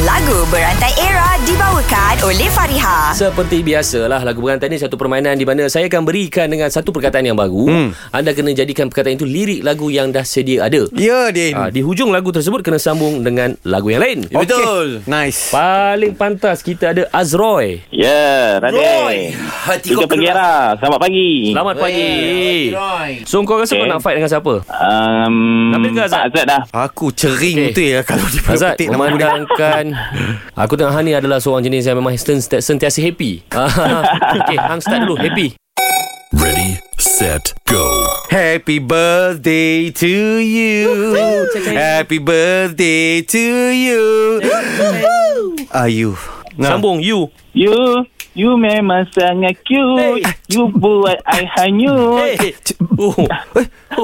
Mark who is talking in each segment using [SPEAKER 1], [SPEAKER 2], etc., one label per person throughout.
[SPEAKER 1] Lagu Berantai Era dibawakan oleh Fariha.
[SPEAKER 2] Seperti biasalah lagu berantai ni satu permainan di mana saya akan berikan dengan satu perkataan yang baru. Hmm. Anda kena jadikan perkataan itu lirik lagu yang dah sedia ada.
[SPEAKER 3] Ya, Din.
[SPEAKER 2] Ha, di hujung lagu tersebut kena sambung dengan lagu yang lain.
[SPEAKER 3] Okey. Nice.
[SPEAKER 2] Paling pantas kita ada Azroy.
[SPEAKER 4] Ya, yeah, Radik.
[SPEAKER 3] Hati
[SPEAKER 4] Tiga Pengira. Selamat pagi.
[SPEAKER 2] Selamat pagi. So kau rasa okay. kau
[SPEAKER 4] Okay.
[SPEAKER 2] nak fight dengan siapa?
[SPEAKER 4] Um,
[SPEAKER 2] Nabil ke Azad?
[SPEAKER 4] Tak, Azad dah.
[SPEAKER 3] Aku cering
[SPEAKER 2] Okey.
[SPEAKER 3] betul ya kalau dia
[SPEAKER 2] Azad
[SPEAKER 3] petik nama dia.
[SPEAKER 2] memandangkan Aku tengah Hani adalah seorang jenis yang memang senti- sentiasa happy Okay, hang start dulu, happy
[SPEAKER 5] Ready, set, go.
[SPEAKER 3] Happy birthday to you. Happy birthday to you. Are you? Nah.
[SPEAKER 2] Sambung, you
[SPEAKER 4] You, you memang sangat
[SPEAKER 2] Hey.
[SPEAKER 4] cute. You buat I hanyut.
[SPEAKER 2] Eh, oh.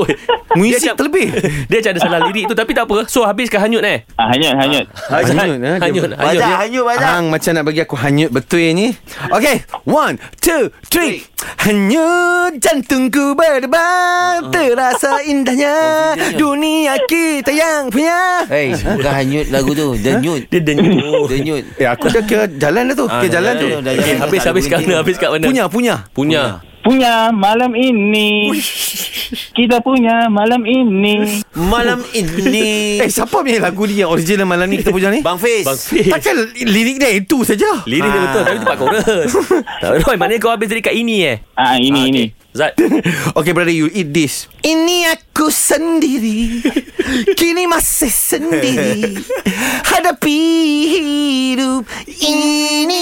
[SPEAKER 2] Oi.
[SPEAKER 3] Muzik
[SPEAKER 2] Dia macam-
[SPEAKER 3] terlebih.
[SPEAKER 2] Dia macam ada salah lirik tu Tapi tak apa So habiskan hanyut eh
[SPEAKER 4] Ah, hanyut, hanyut.
[SPEAKER 2] Azad,
[SPEAKER 3] Hanyut, eh? Dia-
[SPEAKER 2] Hanyut Hanyut
[SPEAKER 3] Dia- Hang macam nak bagi aku hanyut betul ni. Okay. One, two, three. Hanyut jantungku berdebar. Terasa Ah. Oh, indahnya Eh, dunia kita yang punya.
[SPEAKER 6] Hey, bukan hanyut lagu tu. Denyut.
[SPEAKER 2] Dia denyut
[SPEAKER 6] Denyut.
[SPEAKER 3] Eh aku dah kira jalan dah tu.
[SPEAKER 2] Ah,
[SPEAKER 3] Kira jalan tu. Eh,
[SPEAKER 6] jalan.
[SPEAKER 2] okay, Habis habis kat mana Habis kat mana
[SPEAKER 3] Punya, punya.
[SPEAKER 2] Punya
[SPEAKER 4] Punya malam ini. Kita punya malam ini.
[SPEAKER 6] Malam ini.
[SPEAKER 3] Eh siapa punya lagu ni yang original malam ni kita puja ni?
[SPEAKER 6] Bang Fiz.
[SPEAKER 2] Bang Fiz
[SPEAKER 3] Takkan lirik dia itu saja. Ah.
[SPEAKER 2] Lirik dia betul Tapi tempat chorus Tak tahu Maknanya kau habis dekat ini eh
[SPEAKER 4] Ah, ini,
[SPEAKER 2] Ah,
[SPEAKER 4] ini.
[SPEAKER 2] okay. Zat
[SPEAKER 3] Okay brother you eat this Ini aku sendiri Kini masih sendiri Hadapi hidup ini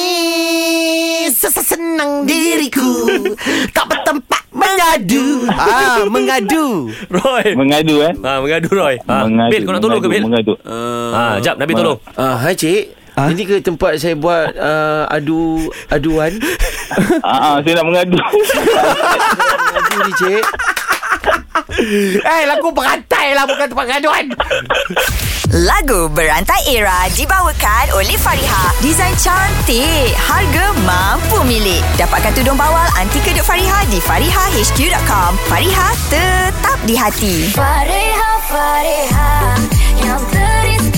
[SPEAKER 3] Sesenang diriku Tak bertempat mengadu Ah mengadu
[SPEAKER 2] Roy
[SPEAKER 4] Mengadu, eh.
[SPEAKER 2] Ha, mengadu Roy ha.
[SPEAKER 4] Mengadu,
[SPEAKER 2] Bil kau nak tolong ke Bil?
[SPEAKER 4] mengadu, mengadu.
[SPEAKER 2] Ha, jap Nabi tolong
[SPEAKER 6] Ah, hai cik.
[SPEAKER 3] Ah?
[SPEAKER 6] Ini ke tempat saya buat uh, adu aduan?
[SPEAKER 4] Ah, ah, saya nak mengadu.
[SPEAKER 6] Adu ni cik.
[SPEAKER 3] Eh lagu berantai lah bukan tempat gaduhan
[SPEAKER 1] Lagu Berantai Era dibawakan oleh Fariha. Desain cantik, harga mampu milik. Dapatkan tudung bawal anti kedut Fariha di farihahq.com. Fariha tetap di hati.
[SPEAKER 7] Fareha, fareha, yang teris